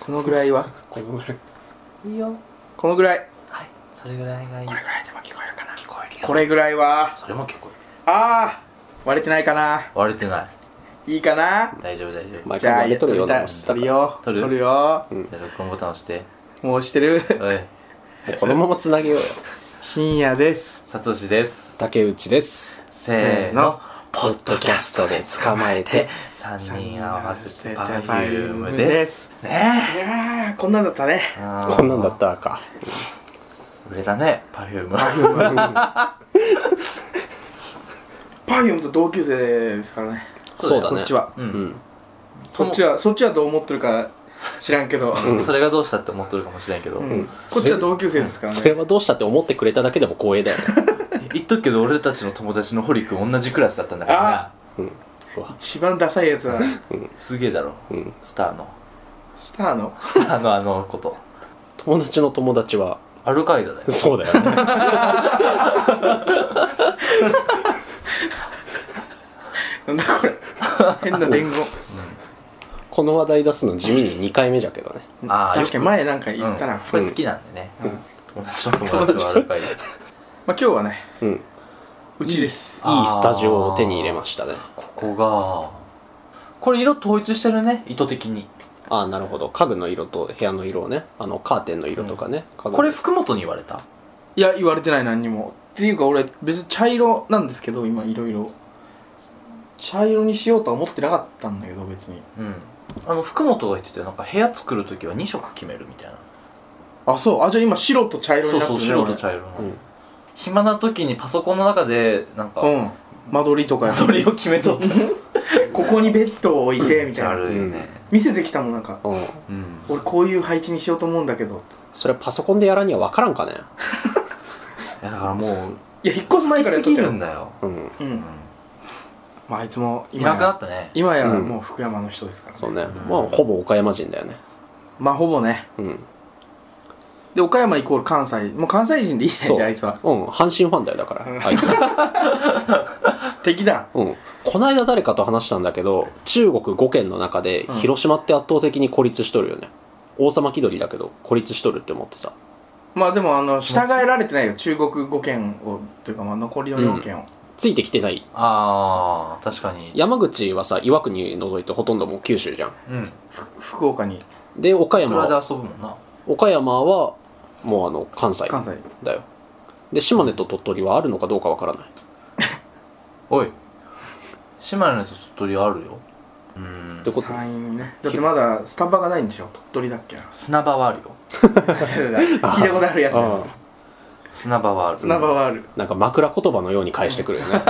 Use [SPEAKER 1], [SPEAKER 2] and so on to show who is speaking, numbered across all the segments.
[SPEAKER 1] このぐらいは
[SPEAKER 2] このぐらい
[SPEAKER 3] いいよ
[SPEAKER 1] このぐらい
[SPEAKER 3] はいそれぐらいがいい
[SPEAKER 2] これぐらいでも聞こえるかな
[SPEAKER 3] 聞こえるよ
[SPEAKER 1] これぐらいは
[SPEAKER 3] それも聞こえる
[SPEAKER 1] あー割れてないかな
[SPEAKER 3] 割れてない
[SPEAKER 1] いいかな
[SPEAKER 3] 大丈夫大丈夫
[SPEAKER 2] 毎
[SPEAKER 1] じゃ
[SPEAKER 2] 回
[SPEAKER 1] あ
[SPEAKER 2] 割れとるよう
[SPEAKER 1] や
[SPEAKER 2] な
[SPEAKER 1] っ
[SPEAKER 2] もん
[SPEAKER 1] とみたい撮
[SPEAKER 3] 撮
[SPEAKER 1] るよ
[SPEAKER 3] る
[SPEAKER 1] 撮るよ
[SPEAKER 2] うん
[SPEAKER 3] じゃあ録音ボタン押して
[SPEAKER 1] もうしてる
[SPEAKER 3] おい
[SPEAKER 2] もうこのままつなげようよ
[SPEAKER 1] 深夜です
[SPEAKER 3] サトシです
[SPEAKER 2] 竹内です
[SPEAKER 3] せーの
[SPEAKER 2] ポッドキャストで捕まえて
[SPEAKER 3] 3人合わせてパフ
[SPEAKER 1] パフ
[SPEAKER 3] ュ
[SPEAKER 1] ュ
[SPEAKER 3] ー
[SPEAKER 1] ー
[SPEAKER 3] ム
[SPEAKER 1] ム
[SPEAKER 3] で
[SPEAKER 1] ですすい
[SPEAKER 3] ね
[SPEAKER 1] やーこんなんだったね
[SPEAKER 3] え
[SPEAKER 2] こんなんだったか
[SPEAKER 3] 売れたねパフューム
[SPEAKER 1] パフュームと同級生ですからね
[SPEAKER 2] そうだね
[SPEAKER 1] こっちは
[SPEAKER 3] う
[SPEAKER 2] うんん
[SPEAKER 1] そっちはそっちはどう思ってるか知らんけど、
[SPEAKER 3] それがどうしたって思っとるかもしれんけど、
[SPEAKER 1] うんこっちは同級生ですから
[SPEAKER 2] それ
[SPEAKER 1] ね
[SPEAKER 2] はどうしたって思ってくれただけでも光栄だよね
[SPEAKER 3] 言っとくけど俺たちの友達のホリ君同じクラスだったんだから
[SPEAKER 1] 一番ダサいやつだな
[SPEAKER 3] なすげえだろ
[SPEAKER 2] うん
[SPEAKER 3] スターの
[SPEAKER 1] スターの
[SPEAKER 3] スターのあのこと
[SPEAKER 2] 友達の友達は
[SPEAKER 3] アルカイダだよ
[SPEAKER 2] そうだよね
[SPEAKER 1] なんだこれ変な伝言
[SPEAKER 2] この話題出すの地味に2回目じゃけどね
[SPEAKER 3] あー
[SPEAKER 1] 確かに前なんか言ったな、
[SPEAKER 3] うん
[SPEAKER 1] ま
[SPEAKER 3] これ好きなんでね、
[SPEAKER 1] うん
[SPEAKER 3] 友達の友達のアルカイダ
[SPEAKER 1] あ、今日はね
[SPEAKER 2] うん
[SPEAKER 1] うちです
[SPEAKER 2] いいスタジオを手に入れましたね
[SPEAKER 3] ここがこれ色統一してるね意図的に
[SPEAKER 2] ああなるほど家具の色と部屋の色をねあのカーテンの色とかね、家具の
[SPEAKER 3] これ福本に言われた
[SPEAKER 1] いや言われてない何にもっていうか俺別に茶色なんですけど今いろいろ茶色にしようとは思ってなかったんだけど別に
[SPEAKER 3] うんあの福本が言っててなんか部屋作る時は2色決めるみたいな
[SPEAKER 1] あそうあじゃあ今白と茶色に
[SPEAKER 3] そう
[SPEAKER 1] なって
[SPEAKER 3] そ
[SPEAKER 1] る
[SPEAKER 3] う
[SPEAKER 1] ね
[SPEAKER 3] 白と茶色の、
[SPEAKER 2] うん
[SPEAKER 3] 暇な時にパソコンの中でなんか、
[SPEAKER 1] 俺うん間取りとかやっ
[SPEAKER 3] それを決めとった
[SPEAKER 1] ここにベッドを置いてみたいな
[SPEAKER 3] るよね
[SPEAKER 1] 見せてきたもんなんか
[SPEAKER 2] うん
[SPEAKER 3] うん
[SPEAKER 1] 俺こういう配置にしようと思うんだけど
[SPEAKER 2] それはパソコンでやらには分からんかね
[SPEAKER 3] いやだからもう
[SPEAKER 1] いや引っ
[SPEAKER 3] 好
[SPEAKER 1] 越す前
[SPEAKER 3] き
[SPEAKER 1] からや
[SPEAKER 3] す
[SPEAKER 1] っとっ
[SPEAKER 3] ぎ
[SPEAKER 1] た
[SPEAKER 3] る
[SPEAKER 1] よ
[SPEAKER 3] んだよ、
[SPEAKER 2] うん
[SPEAKER 1] う
[SPEAKER 3] うんん、
[SPEAKER 1] まあいつも
[SPEAKER 3] い
[SPEAKER 1] 今
[SPEAKER 3] なくな
[SPEAKER 1] や
[SPEAKER 3] ったね
[SPEAKER 1] 今や
[SPEAKER 2] うん
[SPEAKER 1] もう福山の人ですから、
[SPEAKER 2] そうね、
[SPEAKER 3] ん
[SPEAKER 2] まあほぼ岡山人だよね
[SPEAKER 1] まあほぼね
[SPEAKER 2] うん
[SPEAKER 1] で岡山イコール関西もう関西人でいいね
[SPEAKER 2] そう
[SPEAKER 1] じゃああいつは
[SPEAKER 2] うん阪神ファンだよだから、
[SPEAKER 1] うん
[SPEAKER 2] あいつは
[SPEAKER 1] 敵だ
[SPEAKER 2] うんこないだ誰かと話したんだけど中国5県の中で
[SPEAKER 1] うん
[SPEAKER 2] 広島って圧倒的に孤立しとるよね、王様気取りだけど孤立しとるって思ってさ
[SPEAKER 1] まあでもあの従えられてないよ中国5県をというかまあ残りの4県を、
[SPEAKER 2] ついてきてない
[SPEAKER 3] あー確かに
[SPEAKER 2] 山口はさ岩国除いてほとんどもう九州じゃん
[SPEAKER 3] うんい
[SPEAKER 1] ふ福岡に
[SPEAKER 2] で岡
[SPEAKER 3] く
[SPEAKER 2] 山
[SPEAKER 3] らで
[SPEAKER 2] は
[SPEAKER 3] 遊ぶもんな
[SPEAKER 2] 岡山はもうあの関西
[SPEAKER 1] 関西
[SPEAKER 2] だよで島根と鳥取はあるのかどうかわからない
[SPEAKER 3] おい島根と鳥取あるようん
[SPEAKER 2] でこ
[SPEAKER 1] 山陰ねだってまだスタバがないんでしょ鳥取だっけな
[SPEAKER 3] 砂場はあるよ
[SPEAKER 1] 聞いたことあるやつだ
[SPEAKER 2] あ
[SPEAKER 1] と
[SPEAKER 2] あ
[SPEAKER 3] 砂場はある
[SPEAKER 1] 砂場はある、
[SPEAKER 2] なんか枕言葉のように返してくる よね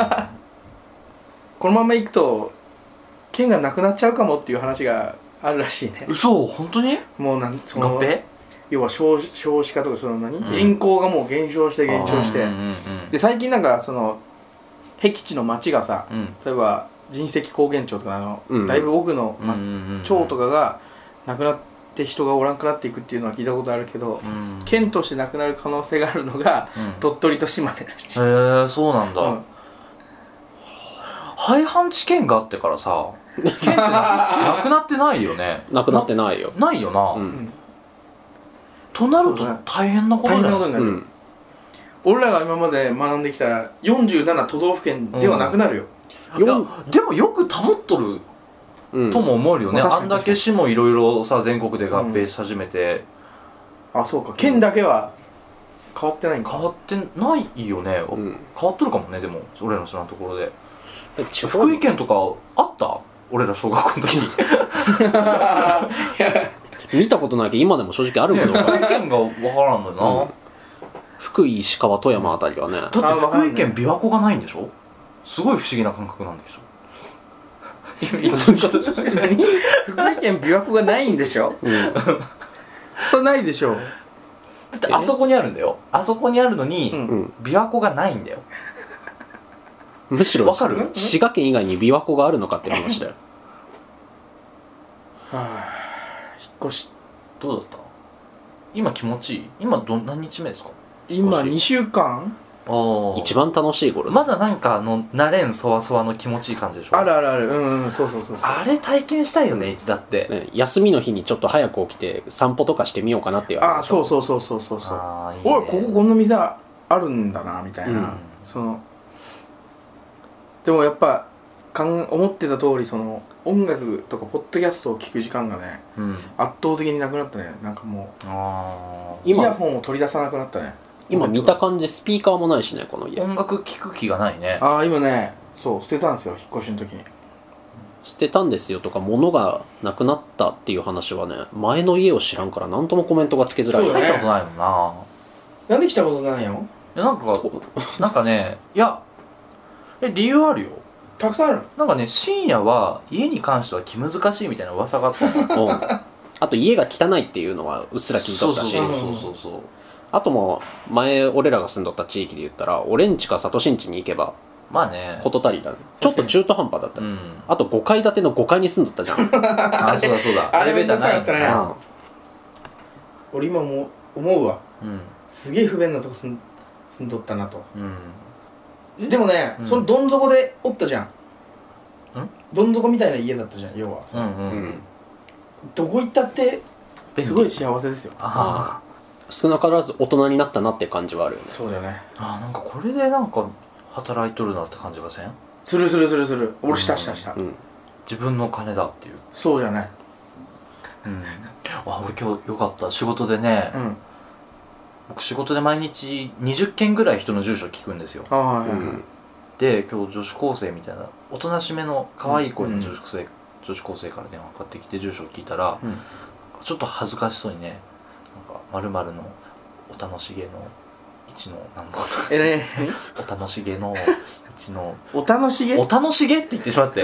[SPEAKER 1] このまま行くと県がなくなっちゃうかもっていう話があるらしいね
[SPEAKER 3] 嘘本当に
[SPEAKER 1] もうなんそ
[SPEAKER 3] 合
[SPEAKER 1] の
[SPEAKER 3] 併
[SPEAKER 1] 要は少子少子化とかその何、
[SPEAKER 3] うん
[SPEAKER 1] 人口がもう減少して減少して、
[SPEAKER 3] うんうんうんうん
[SPEAKER 1] で最近なんかその僻地の町がさ
[SPEAKER 3] うん
[SPEAKER 1] 例えば神石高原町とかあの、
[SPEAKER 2] うん
[SPEAKER 1] だいぶ奥の、
[SPEAKER 3] うんう
[SPEAKER 1] ま
[SPEAKER 3] んうんうん
[SPEAKER 1] 町とかがなくなって人がおらんくなっていくっていうのは聞いたことあるけど、
[SPEAKER 3] うん
[SPEAKER 1] 県としてなくなる可能性があるのが
[SPEAKER 3] うん
[SPEAKER 1] 鳥取と島根らしい、
[SPEAKER 3] へえそうなんだ、
[SPEAKER 1] うん
[SPEAKER 3] 廃藩置県があってからさ県ってななくなってないよね
[SPEAKER 2] なくなってないよ
[SPEAKER 3] なないよな、
[SPEAKER 2] うん
[SPEAKER 1] うん
[SPEAKER 3] となると
[SPEAKER 1] そうだね
[SPEAKER 3] 大変なことだ
[SPEAKER 1] 大
[SPEAKER 3] よ
[SPEAKER 1] 変なことにな
[SPEAKER 2] う
[SPEAKER 1] る、
[SPEAKER 2] ん
[SPEAKER 1] 俺らが今まで学んできた47都道府県ではなくなるよ、
[SPEAKER 3] いやでもよく保っとる
[SPEAKER 2] うん
[SPEAKER 3] とも思えるよね、
[SPEAKER 1] まあ
[SPEAKER 3] あ
[SPEAKER 1] 確か
[SPEAKER 3] ん
[SPEAKER 1] に
[SPEAKER 3] だけ市もいろいろさ全国で合併し始めて、
[SPEAKER 1] あそうか県だけは変わってないん か
[SPEAKER 3] 変わってないよね、
[SPEAKER 2] うん
[SPEAKER 3] 変わっとるかもねでも俺らの知らんところで
[SPEAKER 2] 地方
[SPEAKER 3] 福井県とかあった俺ら小学校の時 に福
[SPEAKER 2] 見たことないけど今でも正直あるけど
[SPEAKER 3] 井県が分からんのよ
[SPEAKER 2] 福井石川富山あたりはね
[SPEAKER 3] な、だ
[SPEAKER 1] あ
[SPEAKER 3] っ
[SPEAKER 1] わかん
[SPEAKER 3] て
[SPEAKER 1] な
[SPEAKER 3] 福
[SPEAKER 1] い
[SPEAKER 3] 井県琵琶湖がないんでしょすごい不思議な感覚なんでしょ
[SPEAKER 1] 何福井県琵琶湖がないんでしょ
[SPEAKER 2] うん
[SPEAKER 1] そうないでしょう
[SPEAKER 3] だってあそこにあるんだよあそこにあるのに、
[SPEAKER 1] うん
[SPEAKER 2] うん
[SPEAKER 3] 琵琶湖がないんだよ
[SPEAKER 2] むしろ
[SPEAKER 3] わかる
[SPEAKER 2] 滋賀県以外に琵琶湖があるのかって話だよ
[SPEAKER 1] はあ引っ越し
[SPEAKER 3] どうだった今気持ちいい今ど何日目ですか
[SPEAKER 1] 今
[SPEAKER 3] 引っ越し
[SPEAKER 1] 2週間
[SPEAKER 3] おー
[SPEAKER 2] 一番楽しい頃、
[SPEAKER 3] まだなんかあの慣れんそわそわの気持ちいい感じでしょ
[SPEAKER 1] あるあるあるうんうんそうそうそうそう
[SPEAKER 3] あれ体験したいよねいつだって、
[SPEAKER 2] ね、休みの日にちょっと早く起きて散歩とかしてみようかなっていう
[SPEAKER 1] ああ
[SPEAKER 2] 話
[SPEAKER 1] そうそうそうそうそうそう
[SPEAKER 3] あーいいね
[SPEAKER 1] おいこここんな店あるんだなみたいな、
[SPEAKER 2] うん
[SPEAKER 1] そのでもやっぱかん思ってた通りその音楽とかポッドキャストを聞く時間がね
[SPEAKER 3] うん
[SPEAKER 1] 圧倒的になくなったねなんかも
[SPEAKER 3] あ
[SPEAKER 1] うイ
[SPEAKER 2] 今
[SPEAKER 1] ヤホンを取り出さなくなったね
[SPEAKER 2] 今見た感じスピーカーもないしねこの
[SPEAKER 3] ー
[SPEAKER 2] 家
[SPEAKER 3] 音楽聴く気がないね
[SPEAKER 1] ああ今ねそう捨てたんですよ引っ越しの時に
[SPEAKER 2] 捨てたんですよとか物がなくなったっていう話はね前の家を知らんから何ともコメントがつけづらい
[SPEAKER 1] そうだ
[SPEAKER 3] 入
[SPEAKER 1] ね
[SPEAKER 3] ったことないもんな
[SPEAKER 1] なんで来たことないよ
[SPEAKER 3] いやなんかなんかねいやえ理由あるよ
[SPEAKER 1] たくさんある
[SPEAKER 3] なんかね深夜は家に関しては気難しいみたいな噂があったの
[SPEAKER 2] うんあと家が汚いっていうのはうっ すら聞いと
[SPEAKER 3] そう
[SPEAKER 2] っ
[SPEAKER 3] そ
[SPEAKER 2] た
[SPEAKER 3] う
[SPEAKER 2] し
[SPEAKER 3] そうそうそうそう
[SPEAKER 2] あともう前俺らが住んどった地域で言ったら俺んちか里新地に行けば
[SPEAKER 3] まあね
[SPEAKER 2] 事足りだねちょっと中途半端だった
[SPEAKER 3] う
[SPEAKER 2] ね、
[SPEAKER 3] ん
[SPEAKER 2] あと5階建ての5階に住んどったじゃん、う
[SPEAKER 3] あそうだそうだ
[SPEAKER 1] あれめんどくさかったね
[SPEAKER 3] エレベーターない
[SPEAKER 2] ん
[SPEAKER 1] 俺今もう思うわ
[SPEAKER 3] うん
[SPEAKER 1] すげえ不便なとこ住ん住んどったなと
[SPEAKER 3] うん
[SPEAKER 1] でもね、
[SPEAKER 3] うん
[SPEAKER 1] そのどん底でおったじゃん
[SPEAKER 3] ん
[SPEAKER 1] どん底みたいな家だったじゃん要は、
[SPEAKER 3] うんうん、うん、
[SPEAKER 1] どこ行ったってすごい幸せですよ
[SPEAKER 3] あ
[SPEAKER 2] 少なからず大人になったなって感じはあるよね
[SPEAKER 1] そうだよね
[SPEAKER 3] ーあーなんかこれでなんか働いとるなって感じがせん
[SPEAKER 1] するするするする俺したしたした、
[SPEAKER 2] うん
[SPEAKER 3] 自分の金だっていう、
[SPEAKER 1] そうじゃない
[SPEAKER 3] うん、あ俺今日よかった仕事でね、
[SPEAKER 1] うん
[SPEAKER 3] 僕仕事で毎日20件ぐらい人の住所聞くんですよ
[SPEAKER 1] ああはい、
[SPEAKER 2] う
[SPEAKER 1] はい
[SPEAKER 2] ん
[SPEAKER 3] で今日女子高生みたいなおとなしめの可愛い声の女子高生、女子高生から電話かかってきて住所を聞いたら、
[SPEAKER 1] うん
[SPEAKER 3] ちょっと恥ずかしそうにね「なんかまるのお楽しげの一のなんぼ」とか
[SPEAKER 1] えね
[SPEAKER 3] 「お楽しげの一の
[SPEAKER 1] お楽しげ
[SPEAKER 3] お楽しげ」って言ってしまって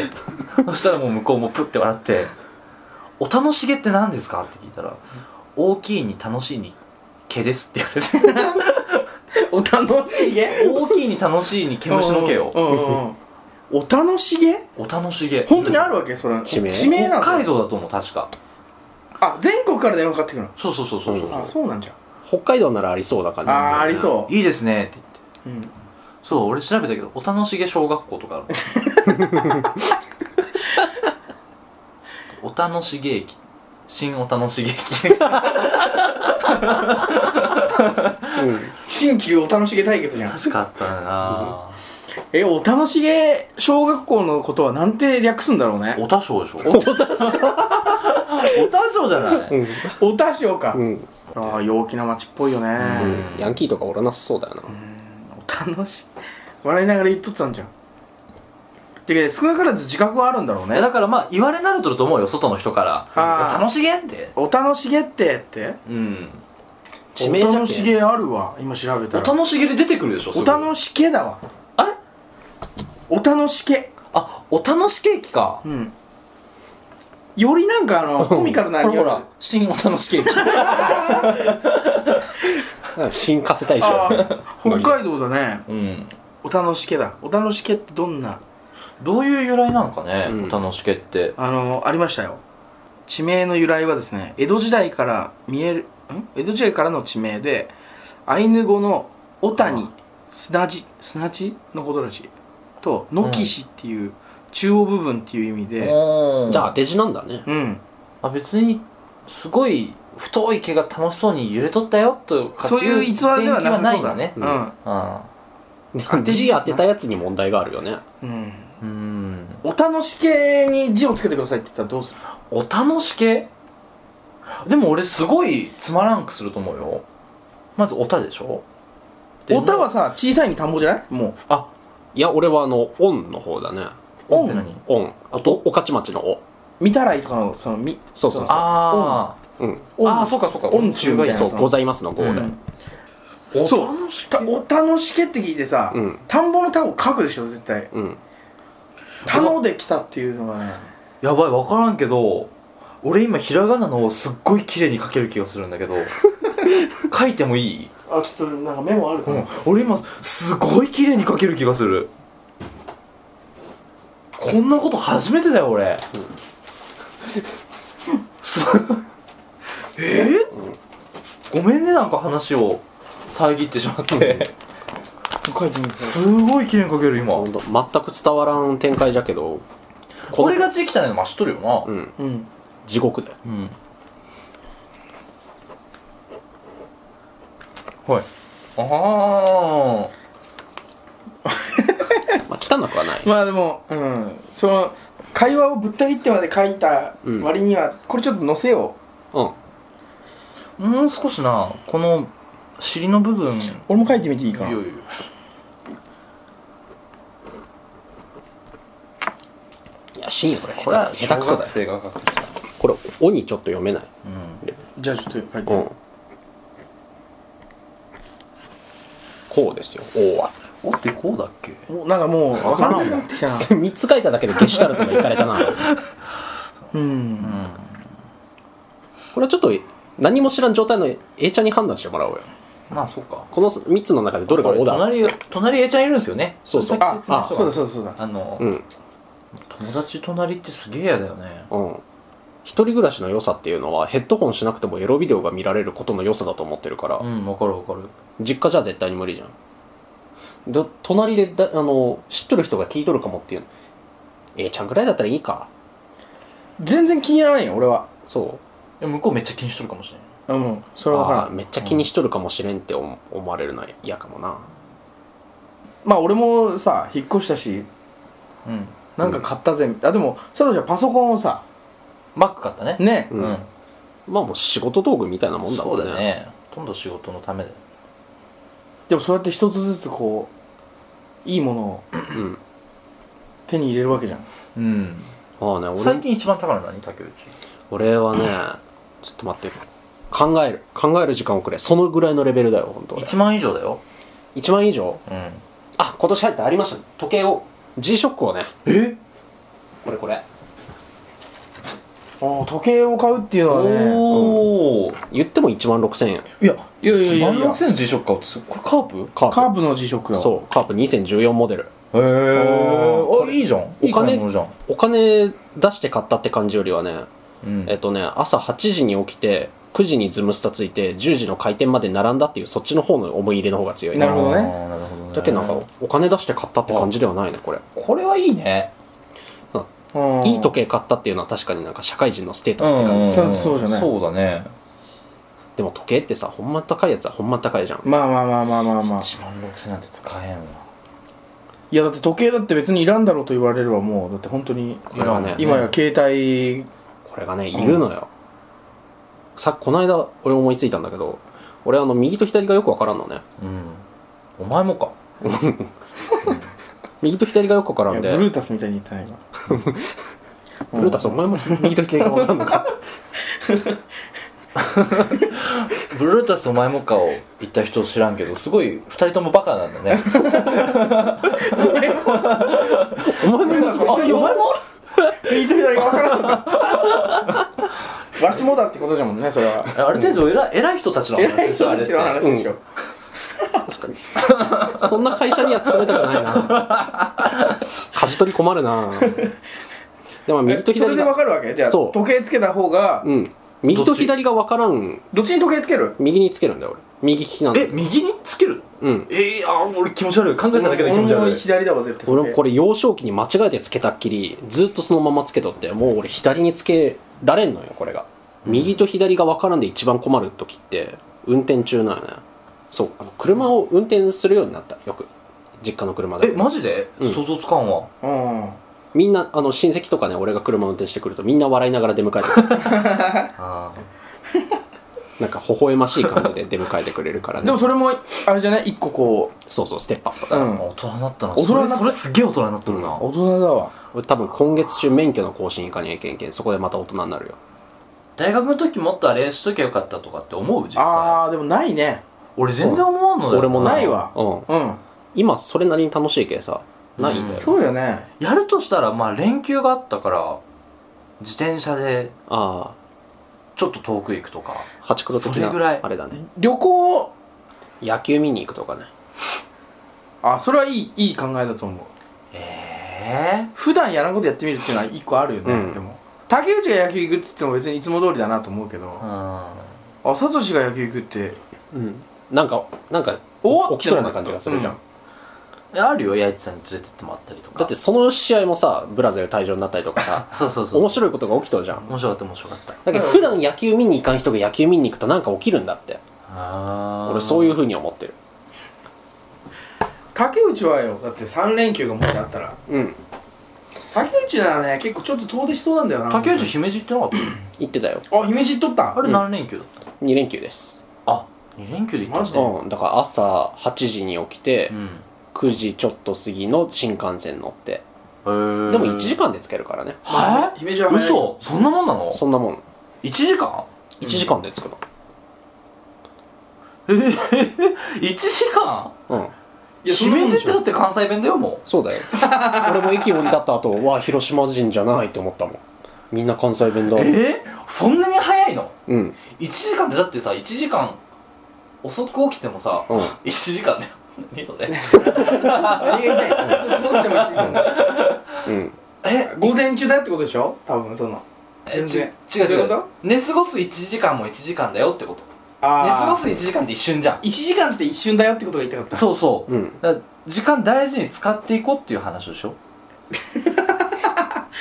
[SPEAKER 3] そしたらもう向こうもプッて笑って「お楽しげって何ですか?」って聞いたら「大きいに楽しいに毛です」って言われて
[SPEAKER 1] お楽しげ
[SPEAKER 3] 大きいに楽しいに毛虫の毛を
[SPEAKER 1] うんうんうんお楽しげ
[SPEAKER 3] お楽しげ
[SPEAKER 1] 本当にあるわけそれ
[SPEAKER 2] 地名
[SPEAKER 1] 地名な
[SPEAKER 3] 北
[SPEAKER 1] の
[SPEAKER 3] 海道だと思う確か
[SPEAKER 1] あ全国から電話かかってくるの
[SPEAKER 3] そうそうそうそうそう、
[SPEAKER 2] う
[SPEAKER 1] あそうなんじゃん
[SPEAKER 2] 北海道ならありそうな感じですよね
[SPEAKER 1] あーありそ
[SPEAKER 3] いいですねって言って
[SPEAKER 1] う、うん、
[SPEAKER 3] そう俺調べたけどお楽しげ小学校とかあるお楽しげ駅新お楽しげ駅
[SPEAKER 2] うん
[SPEAKER 1] 新旧お楽しげ対決じゃん
[SPEAKER 3] 確かあったな
[SPEAKER 1] えお楽しげ小学校のことはなんて略すんだろうね
[SPEAKER 3] おたしょうでしょおたしょうおたしょうじゃない、
[SPEAKER 2] うん
[SPEAKER 1] おたしおか、
[SPEAKER 2] うん
[SPEAKER 1] ああ陽気な街っぽいよね、
[SPEAKER 3] ん
[SPEAKER 2] ヤンキーとかおらなさそうだよな
[SPEAKER 1] お楽しい笑いながら言っとったんじゃんてか少なからず自覚はあるんだろう
[SPEAKER 3] え
[SPEAKER 1] ね
[SPEAKER 3] だからまあ言われ慣れとると思うよ外の人から
[SPEAKER 1] あー
[SPEAKER 3] お楽しげって
[SPEAKER 1] お楽しげってって
[SPEAKER 3] うん
[SPEAKER 2] 地名じ
[SPEAKER 1] お
[SPEAKER 2] ゃ
[SPEAKER 1] 楽し
[SPEAKER 2] け
[SPEAKER 1] げあるわ今調べ
[SPEAKER 3] お
[SPEAKER 1] たら
[SPEAKER 3] 楽しげで出てくるでしょす
[SPEAKER 1] お
[SPEAKER 3] ぐ
[SPEAKER 1] 楽しげだわ
[SPEAKER 3] あれ
[SPEAKER 1] お楽しげ
[SPEAKER 3] あお楽しけ駅か
[SPEAKER 1] うんよりなんかあのコミカルな
[SPEAKER 3] ほらほら
[SPEAKER 1] あ
[SPEAKER 3] 新お楽しけ駅
[SPEAKER 2] うん新加瀬大将
[SPEAKER 1] あ北海道だね
[SPEAKER 3] うん
[SPEAKER 1] お楽しげだお楽しげってどんな
[SPEAKER 3] どういう由来なんかね、
[SPEAKER 2] うん
[SPEAKER 3] お楽しけって
[SPEAKER 1] あのありましたよ地名の由来はですね江戸時代から見えるん江戸時代からの地名でアイヌ語の「オタニ」「砂地」「砂地」のことらしいと「ノキシ」っていう中央部分っていう意味で
[SPEAKER 3] おー
[SPEAKER 2] じゃあ当て字なんだね
[SPEAKER 1] うん、
[SPEAKER 3] あ別にすごい太い毛が楽しそうに揺れとったよとか
[SPEAKER 1] そういう逸話ではな
[SPEAKER 3] 伝記
[SPEAKER 1] さ
[SPEAKER 3] ない
[SPEAKER 1] そう
[SPEAKER 3] ん
[SPEAKER 1] だ
[SPEAKER 3] だね
[SPEAKER 1] う
[SPEAKER 2] うんん、
[SPEAKER 3] う
[SPEAKER 1] て字
[SPEAKER 2] 字
[SPEAKER 1] ですね
[SPEAKER 2] 当てたやつに問題があるよね
[SPEAKER 1] うん、
[SPEAKER 3] ん、うん、
[SPEAKER 1] お楽しげに字をつけてくださいって言ったらどうする
[SPEAKER 3] お楽しけでも俺すごいつまらんくすると思うよまずおたでしょで
[SPEAKER 1] おたはさ小さいに田んぼじゃないもう
[SPEAKER 3] あ
[SPEAKER 2] いや俺はあの「オン」の方だね
[SPEAKER 3] おって何
[SPEAKER 2] 「オン」あと御徒町の「お
[SPEAKER 1] 見たらいとかのそのみ
[SPEAKER 2] そうそうそう
[SPEAKER 3] あ」
[SPEAKER 2] うん
[SPEAKER 3] ー
[SPEAKER 1] お
[SPEAKER 3] あー
[SPEAKER 1] ん
[SPEAKER 3] そうかそうか
[SPEAKER 1] おんちゅうみたいな
[SPEAKER 2] そう「ご
[SPEAKER 1] ざ
[SPEAKER 2] ざいます」の「ご」
[SPEAKER 3] う
[SPEAKER 2] で
[SPEAKER 3] ん
[SPEAKER 1] お
[SPEAKER 3] お
[SPEAKER 1] そう
[SPEAKER 3] 楽しけ
[SPEAKER 1] たお楽しげって聞いてさ、
[SPEAKER 2] うん
[SPEAKER 1] 田んぼの田を書くでしょ絶対
[SPEAKER 2] うん
[SPEAKER 1] 田野で来たっていうのがね
[SPEAKER 3] やばい分からんけど俺今ひらがなのをすっごい綺麗に書ける気がするんだけ ど書いてもいい、
[SPEAKER 1] あちょっとなんかメモあるか
[SPEAKER 3] う
[SPEAKER 1] な、
[SPEAKER 3] ん、俺今すごい綺麗に書ける気がするこんなこと初めてだよ俺、す えーごめんねなんか話を遮ってしまって、
[SPEAKER 1] 書いてみて
[SPEAKER 3] すごい綺麗に描ける今
[SPEAKER 2] ほんと全く伝わらん展開じゃけどこの
[SPEAKER 3] これが地汚いの増しとるよ
[SPEAKER 2] う
[SPEAKER 3] な、
[SPEAKER 2] ん
[SPEAKER 1] うん
[SPEAKER 2] 地獄だよ
[SPEAKER 3] うんはいああ
[SPEAKER 2] まあ汚くはない
[SPEAKER 1] まあでもうんその会話をぶった切ってまで書いた
[SPEAKER 2] うん
[SPEAKER 1] 割には、これちょっと載せよう
[SPEAKER 2] うん
[SPEAKER 3] もう少しなこの尻の部分い
[SPEAKER 1] 俺も書いてみていいか
[SPEAKER 3] や
[SPEAKER 1] ない
[SPEAKER 3] や
[SPEAKER 2] いや深夜これ
[SPEAKER 3] これは
[SPEAKER 2] 下手くそだよ
[SPEAKER 3] 小学生が描く
[SPEAKER 2] これ「お」にちょっと読めない
[SPEAKER 3] うん
[SPEAKER 1] じゃあちょっと書いて、
[SPEAKER 2] うんこうですよ「お」は
[SPEAKER 3] おってこうだっ け
[SPEAKER 1] おなんかもう分からなくなってきたな
[SPEAKER 2] 3つ書いただけでゲシュタルトがいかれたな
[SPEAKER 1] うん、
[SPEAKER 3] うん
[SPEAKER 2] これはちょっと何も知らん状態の A ちゃんに判断してもらおうよ
[SPEAKER 3] まあそうか
[SPEAKER 2] この3つの中でどれが「お」だっつっ
[SPEAKER 3] 隣
[SPEAKER 2] て
[SPEAKER 3] 隣 A ちゃんいるんですよね
[SPEAKER 2] そうそう
[SPEAKER 3] れさっき説明した
[SPEAKER 1] そう
[SPEAKER 3] わ
[SPEAKER 1] だそうだそうだ
[SPEAKER 3] あの、
[SPEAKER 2] うん
[SPEAKER 3] 友達隣ってすげえやだよね
[SPEAKER 2] うん一人暮らしの良さっていうのはヘッドホンしなくてもエロビデオが見られることの良さだと思ってるから、
[SPEAKER 3] うんわかるわかる
[SPEAKER 2] 実家じゃ絶対に無理じゃんど隣でだあの知っとる人が聞いとるかもっていう A ちゃんぐらいだったらいいか
[SPEAKER 1] 全然気にならないよ俺は
[SPEAKER 2] そう
[SPEAKER 3] でも向こうめっちゃ気にしとるかもしれない
[SPEAKER 1] うんそれは分から
[SPEAKER 2] あー
[SPEAKER 1] ん
[SPEAKER 2] めっちゃ気にしとるかもしれんって思思われるのは嫌かもな
[SPEAKER 1] まあ俺もさ引っ越したし
[SPEAKER 3] うん
[SPEAKER 1] なんか買ったぜ、あでも佐藤ちゃんパソコンをさ
[SPEAKER 3] バック買ったね
[SPEAKER 1] ね、
[SPEAKER 2] うんまあもう仕事道具みたいなもんだ
[SPEAKER 3] そ
[SPEAKER 2] もんね
[SPEAKER 3] うだよねほとんど仕事のためだよ
[SPEAKER 1] でもそうやって一つずつこういいものを
[SPEAKER 2] うん
[SPEAKER 1] 手に入れるわけじゃん
[SPEAKER 3] うん
[SPEAKER 2] まあね俺
[SPEAKER 3] 最近一番高いのは何竹内
[SPEAKER 2] 俺はねちょっと待って考える考える時間をくれそのぐらいのレベルだよ本当
[SPEAKER 3] 1万以上だよ
[SPEAKER 2] 1万以上
[SPEAKER 3] うん
[SPEAKER 2] あ今年入ってありました時計を G ショックをね
[SPEAKER 3] え
[SPEAKER 2] これこれ
[SPEAKER 1] ああ時計を買うっていうのはね
[SPEAKER 3] おお
[SPEAKER 2] 言っても1万6000円
[SPEAKER 3] いや
[SPEAKER 1] いやいやいや
[SPEAKER 3] 1万6000円 G ショック買うってすこれカープ
[SPEAKER 2] カープ
[SPEAKER 1] カープの辞職よ
[SPEAKER 2] そうカープ2014モデル
[SPEAKER 3] へ
[SPEAKER 1] ー
[SPEAKER 3] えあいいじゃんい
[SPEAKER 2] お
[SPEAKER 3] い買
[SPEAKER 2] 金
[SPEAKER 3] い物じゃん
[SPEAKER 2] お金出して買ったって感じよりはね
[SPEAKER 3] うん
[SPEAKER 2] えっとね朝8時に起きて9時にズムスタついて10時の開店まで並んだっていうそっちの方の思い入れの方が強い
[SPEAKER 1] なるほどね
[SPEAKER 3] あーなるほどね
[SPEAKER 2] だけどなんかお金出して買ったって感じではないねこれ
[SPEAKER 3] これはいいね
[SPEAKER 1] うん
[SPEAKER 2] いい時計買ったっていうのは確かになんか社会人のステータスって感じ
[SPEAKER 1] そりゃそうじゃない
[SPEAKER 3] そうだね
[SPEAKER 2] でも時計ってさほんま高いやつはほんま高いじゃん
[SPEAKER 1] まあまあまあまあまあまあ
[SPEAKER 3] 1万6000なんて使えんわ
[SPEAKER 1] いやだって時計だって別にいらんだろうと言われればもうだって本当に
[SPEAKER 2] これはね
[SPEAKER 3] いらん
[SPEAKER 1] 今や携帯
[SPEAKER 2] これがねいるのよ、さこの間俺思いついたんだけど俺あの右と左がよくわからんのね
[SPEAKER 3] うんお前もか
[SPEAKER 2] 右と左がよくわからん
[SPEAKER 1] い
[SPEAKER 2] で
[SPEAKER 1] やブルータスみたいに言ったね今
[SPEAKER 2] ブルータ
[SPEAKER 1] ス
[SPEAKER 2] スお前も右と左がわからん のか
[SPEAKER 3] ブルータスお前もかを言った人知らんけどすごい2人ともバカなん だね
[SPEAKER 2] お前も
[SPEAKER 3] あお前も
[SPEAKER 1] 右と左が分からんのかわしもだってことじゃもんねそれは
[SPEAKER 3] ある程度偉い偉い人たちの話
[SPEAKER 1] 偉い
[SPEAKER 3] でし
[SPEAKER 1] 人
[SPEAKER 3] ょ
[SPEAKER 1] た
[SPEAKER 3] あれっ
[SPEAKER 1] ち
[SPEAKER 3] て
[SPEAKER 1] の話でしょ、
[SPEAKER 2] 確かにそんな会社には勤めたくないな 舵取り困るなでも
[SPEAKER 1] え
[SPEAKER 2] 右と
[SPEAKER 1] それ
[SPEAKER 2] 左
[SPEAKER 1] で
[SPEAKER 2] が
[SPEAKER 1] 分かるわけじゃあ
[SPEAKER 2] そう
[SPEAKER 1] 時計つけた方が、
[SPEAKER 2] うん右と左がわからん
[SPEAKER 1] どっちに時計つける
[SPEAKER 2] 右につけるんだよ俺右利きなんだ
[SPEAKER 3] え右につける
[SPEAKER 2] うん
[SPEAKER 3] えー、あー俺気持ち悪い考えただけで気持ち悪
[SPEAKER 1] 俺も
[SPEAKER 3] い
[SPEAKER 1] 左だわ絶対
[SPEAKER 2] 俺もこれ幼少期に間違えてつけたっきりずっとそのままつけとってもう俺左につけられんのよこれが右と左が分からんで一番困る時って運転中なのねそうあの車を運転するようになったよく実家の車
[SPEAKER 3] え
[SPEAKER 2] で
[SPEAKER 3] マジで、
[SPEAKER 2] うん
[SPEAKER 3] 想像つかんわ
[SPEAKER 1] うん
[SPEAKER 2] みんなあの親戚とかね俺が車運転してくるとみんな笑いながら出迎えてくる
[SPEAKER 3] あ
[SPEAKER 2] なんか微笑ましい感じで出迎えてくれるからね
[SPEAKER 1] でもそれもあれじゃない一個こ
[SPEAKER 2] そうそうステップアップ
[SPEAKER 1] う、う
[SPEAKER 2] だ
[SPEAKER 1] ん、
[SPEAKER 3] 大人になったな
[SPEAKER 1] 大人に
[SPEAKER 3] そ
[SPEAKER 1] な
[SPEAKER 3] れ
[SPEAKER 1] った
[SPEAKER 3] それすげえ大人になっとるな、
[SPEAKER 1] 大人だわ
[SPEAKER 2] 俺多分今月中免許の更新いかにゃいけんけんそこでまた大人になるよ
[SPEAKER 3] 大学の時もっとあれしときゃよかったとかって思う実際
[SPEAKER 1] あーでもないね
[SPEAKER 3] 俺全然思わんのだよ
[SPEAKER 2] 俺も
[SPEAKER 1] ないわ
[SPEAKER 2] うん
[SPEAKER 1] うん
[SPEAKER 2] 今それなりに楽しいけさないんだよ、
[SPEAKER 3] うん
[SPEAKER 1] そうよね
[SPEAKER 3] やるとしたらまあ連休があったから自転車で
[SPEAKER 2] あ
[SPEAKER 3] ちょっと遠く行くとか
[SPEAKER 2] あ八角的
[SPEAKER 3] それぐらい
[SPEAKER 2] なあれだね
[SPEAKER 1] 旅行
[SPEAKER 2] 野球見に行くとかね
[SPEAKER 1] あそれはいいいい考えだと思う
[SPEAKER 3] ええ
[SPEAKER 1] 普段やらんことやってみるっていうのは一個あるよね、
[SPEAKER 2] うん
[SPEAKER 1] でも竹内が野球行くっつっても別にいつも通りだなと思うけど、
[SPEAKER 3] う
[SPEAKER 1] あさとしが野球行くって
[SPEAKER 2] うんなんかなんか
[SPEAKER 1] おっ
[SPEAKER 2] 起きそうな感じがするじゃん、
[SPEAKER 1] うん
[SPEAKER 3] えあるよ八重地さんに連れてってもらったりとか
[SPEAKER 2] だってその試合もさブラゼル退場になったりとかさ
[SPEAKER 3] そうそうそう
[SPEAKER 2] 面白いことが起きとるじゃん
[SPEAKER 3] 面白かった面白かった
[SPEAKER 2] だけど普段野球見に行かん人が野球見に行くとなんか起きるんだって
[SPEAKER 3] あー
[SPEAKER 2] 俺そういうふうに思ってる
[SPEAKER 1] 竹内はよだって3連休がもしあったら
[SPEAKER 2] うん
[SPEAKER 1] 竹内ならね結構ちょっと遠出しそうなんだよな
[SPEAKER 3] 竹内姫路行ってなかっ
[SPEAKER 2] 行ってたよ
[SPEAKER 1] あ姫路行っとった
[SPEAKER 3] たあれ何連休だった
[SPEAKER 2] 2連休です
[SPEAKER 3] あ二連休で行ったんだ
[SPEAKER 1] マジで
[SPEAKER 2] うんだから朝8時に起きて
[SPEAKER 3] うん
[SPEAKER 2] 9時ちょっと過ぎの新幹線乗って
[SPEAKER 3] へー
[SPEAKER 2] でも1時間で着けるからね
[SPEAKER 1] まあ
[SPEAKER 3] は
[SPEAKER 1] 姫路
[SPEAKER 3] い
[SPEAKER 1] は早い
[SPEAKER 3] 嘘そんなもんなの
[SPEAKER 2] そんなもん
[SPEAKER 3] 1時間
[SPEAKER 2] 1時間で着くの
[SPEAKER 3] ええ1時 間
[SPEAKER 2] うん
[SPEAKER 1] いやそんなも
[SPEAKER 3] 姫
[SPEAKER 1] ん
[SPEAKER 3] 路
[SPEAKER 1] で
[SPEAKER 3] っ
[SPEAKER 1] して
[SPEAKER 3] だ
[SPEAKER 1] ょ
[SPEAKER 3] って関西弁だよも
[SPEAKER 2] そうだよ俺も駅降り立った後わあ広島人じゃないって思ったもんみんな関西弁だ
[SPEAKER 3] うえー、そんなに早いの
[SPEAKER 2] うん
[SPEAKER 3] 1時間ってだってさ1時間遅く起きてもさ、
[SPEAKER 2] うん
[SPEAKER 3] 1時間だよ 何そ
[SPEAKER 1] あ
[SPEAKER 3] れ
[SPEAKER 1] りがた いそうどうしても一時間だ
[SPEAKER 2] うん
[SPEAKER 3] え
[SPEAKER 1] 午前中だってことでしょ多分その
[SPEAKER 3] え
[SPEAKER 1] 全
[SPEAKER 3] ち違
[SPEAKER 1] 然どうい
[SPEAKER 3] う違
[SPEAKER 1] うこ
[SPEAKER 3] う
[SPEAKER 1] と
[SPEAKER 3] 寝過ごす1時間も1時間だよってこと
[SPEAKER 1] あ
[SPEAKER 3] 寝過ご
[SPEAKER 1] あ
[SPEAKER 3] す1時間って一瞬じゃん
[SPEAKER 1] 1時間って一瞬だよってことが言いたかった
[SPEAKER 3] そうそう、
[SPEAKER 2] うん
[SPEAKER 3] だから時間大事に使っていこうっていう話 でしょ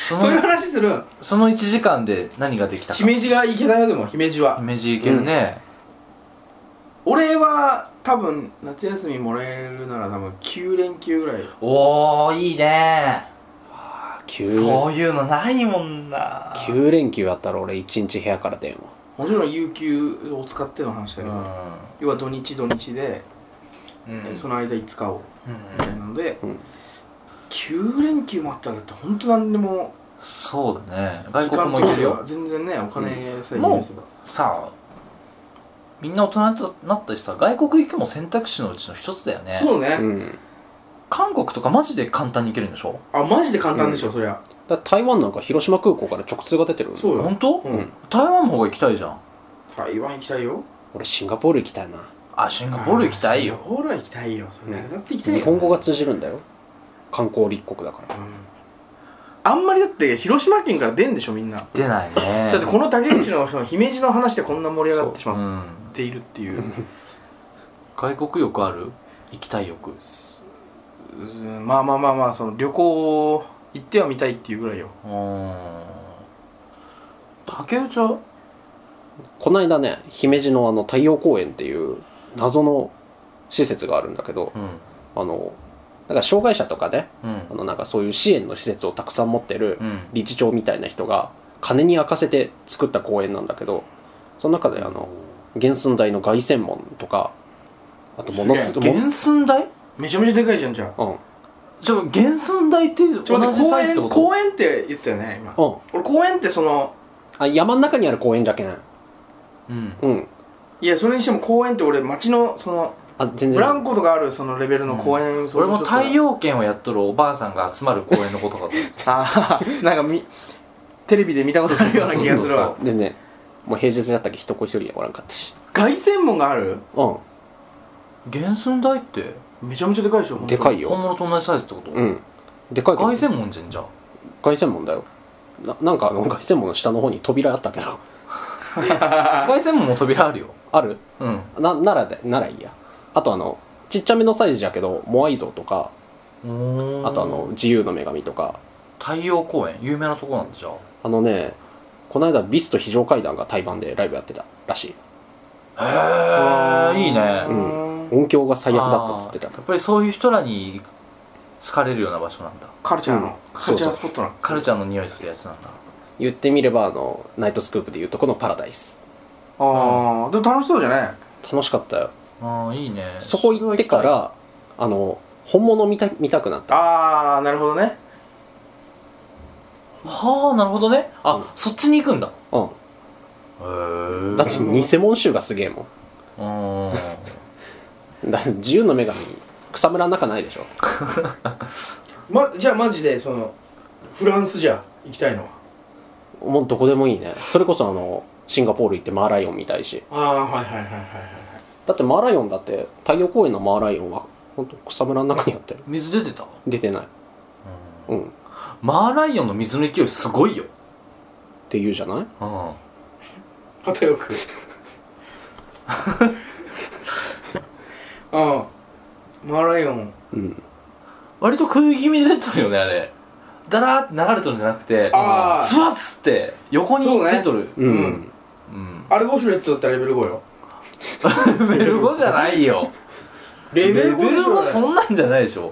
[SPEAKER 3] その
[SPEAKER 1] そういう話する
[SPEAKER 3] その1時間で何ができたか
[SPEAKER 1] 姫路が行けたよでも姫路は
[SPEAKER 3] 姫路行けるね、
[SPEAKER 1] 俺は多分夏休みもらえるなら多分9連休ぐらい
[SPEAKER 3] おーいいね
[SPEAKER 2] 9
[SPEAKER 3] そういうのないもんな
[SPEAKER 2] 九連休あったら俺1日部屋から電話
[SPEAKER 1] もちろん有給を使っての話だ
[SPEAKER 3] う
[SPEAKER 1] け
[SPEAKER 3] ん
[SPEAKER 1] ど、要は土日土日で、
[SPEAKER 3] うん
[SPEAKER 1] その間5日をみ
[SPEAKER 3] う
[SPEAKER 1] たい
[SPEAKER 3] ん
[SPEAKER 1] なので、
[SPEAKER 2] うん
[SPEAKER 1] 9連休もあったらだって本当なんでも
[SPEAKER 3] そうだね
[SPEAKER 1] 時
[SPEAKER 3] 外
[SPEAKER 1] 間
[SPEAKER 3] 国も
[SPEAKER 1] 取
[SPEAKER 3] 行け
[SPEAKER 1] れ
[SPEAKER 3] る
[SPEAKER 1] ば
[SPEAKER 3] よ
[SPEAKER 1] 全然ねお金さえ
[SPEAKER 3] もう
[SPEAKER 1] 許せば、
[SPEAKER 3] さあみんな大人になったしさ外国行くも選択肢のうちの一つだよね
[SPEAKER 1] そうね、
[SPEAKER 2] うん
[SPEAKER 3] 韓国とかマジで簡単に行けるんでしょ
[SPEAKER 1] あマジで簡単でしょ、そりゃ
[SPEAKER 2] だから台湾なんか広島空港から直通が出てる
[SPEAKER 1] そうよ
[SPEAKER 3] 本当、
[SPEAKER 1] うん
[SPEAKER 2] うん
[SPEAKER 3] 台湾の方が行きたいじゃん
[SPEAKER 1] 台湾行きたいよ
[SPEAKER 2] 俺シンガポール行きたいな
[SPEAKER 3] あシンガポール行きたいよ
[SPEAKER 1] シンガポールは行きたいよそれ誰だって行きたいよ
[SPEAKER 2] 日本語が通じるんだよ観光立国だから
[SPEAKER 1] うんあんまりだって広島県から出んでしょみんな
[SPEAKER 3] 出ないね
[SPEAKER 1] だってこの竹内のその姫路の話でこんな盛り上がってし
[SPEAKER 3] う
[SPEAKER 1] まっ
[SPEAKER 3] ん
[SPEAKER 1] ているっていう
[SPEAKER 3] 外国欲ある行きたい欲
[SPEAKER 1] うんまあまあまあまあその旅行行ってはみたいっていうぐらいよ
[SPEAKER 3] うーん竹内は
[SPEAKER 2] この間ね姫路のあの太陽公園っていう謎の施設があるんだけど
[SPEAKER 3] うん
[SPEAKER 2] あのなんか障害者とかね
[SPEAKER 3] う
[SPEAKER 2] あ
[SPEAKER 3] ん
[SPEAKER 2] のなんかそういう支援の施設をたくさん持ってる
[SPEAKER 3] うん
[SPEAKER 2] 理事長みたいな人が金に明かせて作った公園なんだけどその中であの原寸大の凱旋門とかあとものす
[SPEAKER 1] す
[SPEAKER 2] も
[SPEAKER 3] 原寸大
[SPEAKER 1] めちゃめちゃでかいじゃんじゃあ
[SPEAKER 2] うん
[SPEAKER 3] じゃあ原寸大って同
[SPEAKER 1] ちょっと待
[SPEAKER 3] じ
[SPEAKER 1] って公
[SPEAKER 3] サイズって
[SPEAKER 1] 園
[SPEAKER 3] こと
[SPEAKER 1] 公園って言ったよね今
[SPEAKER 2] うん
[SPEAKER 1] 俺公園ってその
[SPEAKER 2] あ山の中にある公園じゃけん
[SPEAKER 3] うん
[SPEAKER 2] うん
[SPEAKER 1] いやそれにしても公園って俺町のその
[SPEAKER 2] あ全
[SPEAKER 1] ブ
[SPEAKER 2] 然
[SPEAKER 1] ラ ンコとかあるそのレベルの公園想
[SPEAKER 3] 俺
[SPEAKER 1] 像
[SPEAKER 3] も
[SPEAKER 1] しとったら
[SPEAKER 3] 太陽圏をやっとるおばあさんが集まる公園のことかと思っ
[SPEAKER 1] ああなんかみテレビで見たことあるような気がするわ
[SPEAKER 2] 全然もう平日だったけ人っ子一人でおらんかったし
[SPEAKER 1] 凱旋門がある
[SPEAKER 2] うん
[SPEAKER 3] た原寸大って
[SPEAKER 1] めちゃめちゃでかいでしょ
[SPEAKER 2] でかい
[SPEAKER 1] よ
[SPEAKER 2] よ
[SPEAKER 3] 本物と同じサイズってこと
[SPEAKER 2] うんでかいけど
[SPEAKER 3] 凱旋門じゃんじゃん
[SPEAKER 2] 凱旋門だよななんかあの 凱旋門の下の方に扉あったけど
[SPEAKER 3] 凱旋門も扉あるよ
[SPEAKER 2] ある
[SPEAKER 3] うん
[SPEAKER 2] な奈良で奈良いいやあとあのちっちゃめのサイズじゃけどモアイ像とかあとあの自由の女神とか
[SPEAKER 3] 太陽公園有名なとこなんだじゃあ
[SPEAKER 2] あのねこの間ビスト非常階段が対バンでライブやってたらしい
[SPEAKER 3] へえいいね
[SPEAKER 2] う音響が最悪だったっつってた
[SPEAKER 3] あ
[SPEAKER 2] け
[SPEAKER 3] ーや
[SPEAKER 2] ど
[SPEAKER 3] っぱりそういう人らに好かれるような場所なんだ
[SPEAKER 1] カルチャーの
[SPEAKER 2] うん
[SPEAKER 1] カルチャー
[SPEAKER 2] そうそう
[SPEAKER 1] スポットなの
[SPEAKER 3] カルチャーの匂いするやつなんだ
[SPEAKER 2] 言ってみればあのナイトスクープでいうとこのパラダイス
[SPEAKER 1] ああでも楽しそうじゃない
[SPEAKER 2] 楽しかったよ
[SPEAKER 3] ああいいね
[SPEAKER 2] そこ行ってからあの本物見た見たくなった
[SPEAKER 1] ああなるほどね
[SPEAKER 3] はあなるほどねあ、
[SPEAKER 2] うん
[SPEAKER 3] そっちに行くんだへ
[SPEAKER 2] う
[SPEAKER 3] え
[SPEAKER 2] んだって偽物集がすげえも
[SPEAKER 3] うーん
[SPEAKER 2] んだって自由の女神草むらの中ないでしょ
[SPEAKER 1] まじゃあマジでそのフランスじゃ行きたいのは
[SPEAKER 2] もうどこでもいいねそれこそあのシンガポール行ってマーライオン見たいし
[SPEAKER 1] ああはいはいはいはいはい
[SPEAKER 2] だってマーライオンだって太陽公園のマーライオンは本当草むらの中にあって
[SPEAKER 3] 水出てた
[SPEAKER 2] 出てないうんっ
[SPEAKER 3] マーライオンの水の勢いすごいよ
[SPEAKER 2] ていうじゃない
[SPEAKER 3] うん
[SPEAKER 1] 片よく うんマーライオン
[SPEAKER 2] うん
[SPEAKER 3] 割と食い気味で出てるよねあれだらーって流れとるんじゃなくて
[SPEAKER 1] あー
[SPEAKER 3] スワッつって横に
[SPEAKER 1] そうね
[SPEAKER 3] 出とる
[SPEAKER 2] うん、
[SPEAKER 1] うん
[SPEAKER 3] うん
[SPEAKER 1] あれウォシュレットだったらレベル5よ
[SPEAKER 3] レベル5じゃないよ
[SPEAKER 1] レベル5でしょ
[SPEAKER 3] も
[SPEAKER 1] あれ
[SPEAKER 3] そんなんじゃないでしょ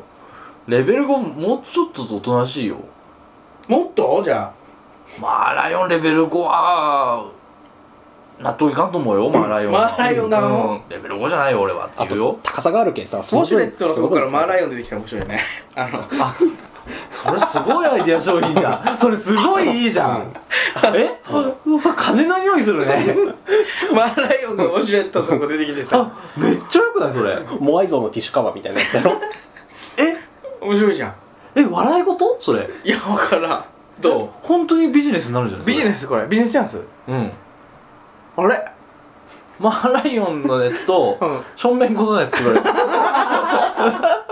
[SPEAKER 3] レベル5もうちょっととおとなしいよ
[SPEAKER 1] もっとじゃ
[SPEAKER 3] まあライオンレベル5は納得いかんと思うよまあライオンは
[SPEAKER 1] マーライオンなの
[SPEAKER 3] うんレベル5じゃないよ俺はって
[SPEAKER 2] あ
[SPEAKER 3] 言うよ
[SPEAKER 2] と高さがあるけんさ
[SPEAKER 1] あウォシュレットのとこからマーラ
[SPEAKER 2] イ
[SPEAKER 1] イオン出てきたら面白いねあの
[SPEAKER 3] あそれすごいアイディア商品じゃんそれすごいいいじゃんえそれ金の匂いするね
[SPEAKER 1] マーライオンがウォシュレットのとこ出てきてさ
[SPEAKER 3] あめっちゃよくないそれ
[SPEAKER 2] モアイ像のティッシュカバーみたいなやつやろ
[SPEAKER 3] え
[SPEAKER 1] 面白いじゃん
[SPEAKER 3] え笑い事それ
[SPEAKER 1] いやわからん
[SPEAKER 3] どう本当にビジネスになるじゃない
[SPEAKER 1] ビジネ
[SPEAKER 3] ス
[SPEAKER 1] スこれビジネスチャンス
[SPEAKER 3] うん
[SPEAKER 1] あれ
[SPEAKER 3] マーライオンのやつと
[SPEAKER 1] うん
[SPEAKER 3] 正面小僧のやつすごい
[SPEAKER 1] あ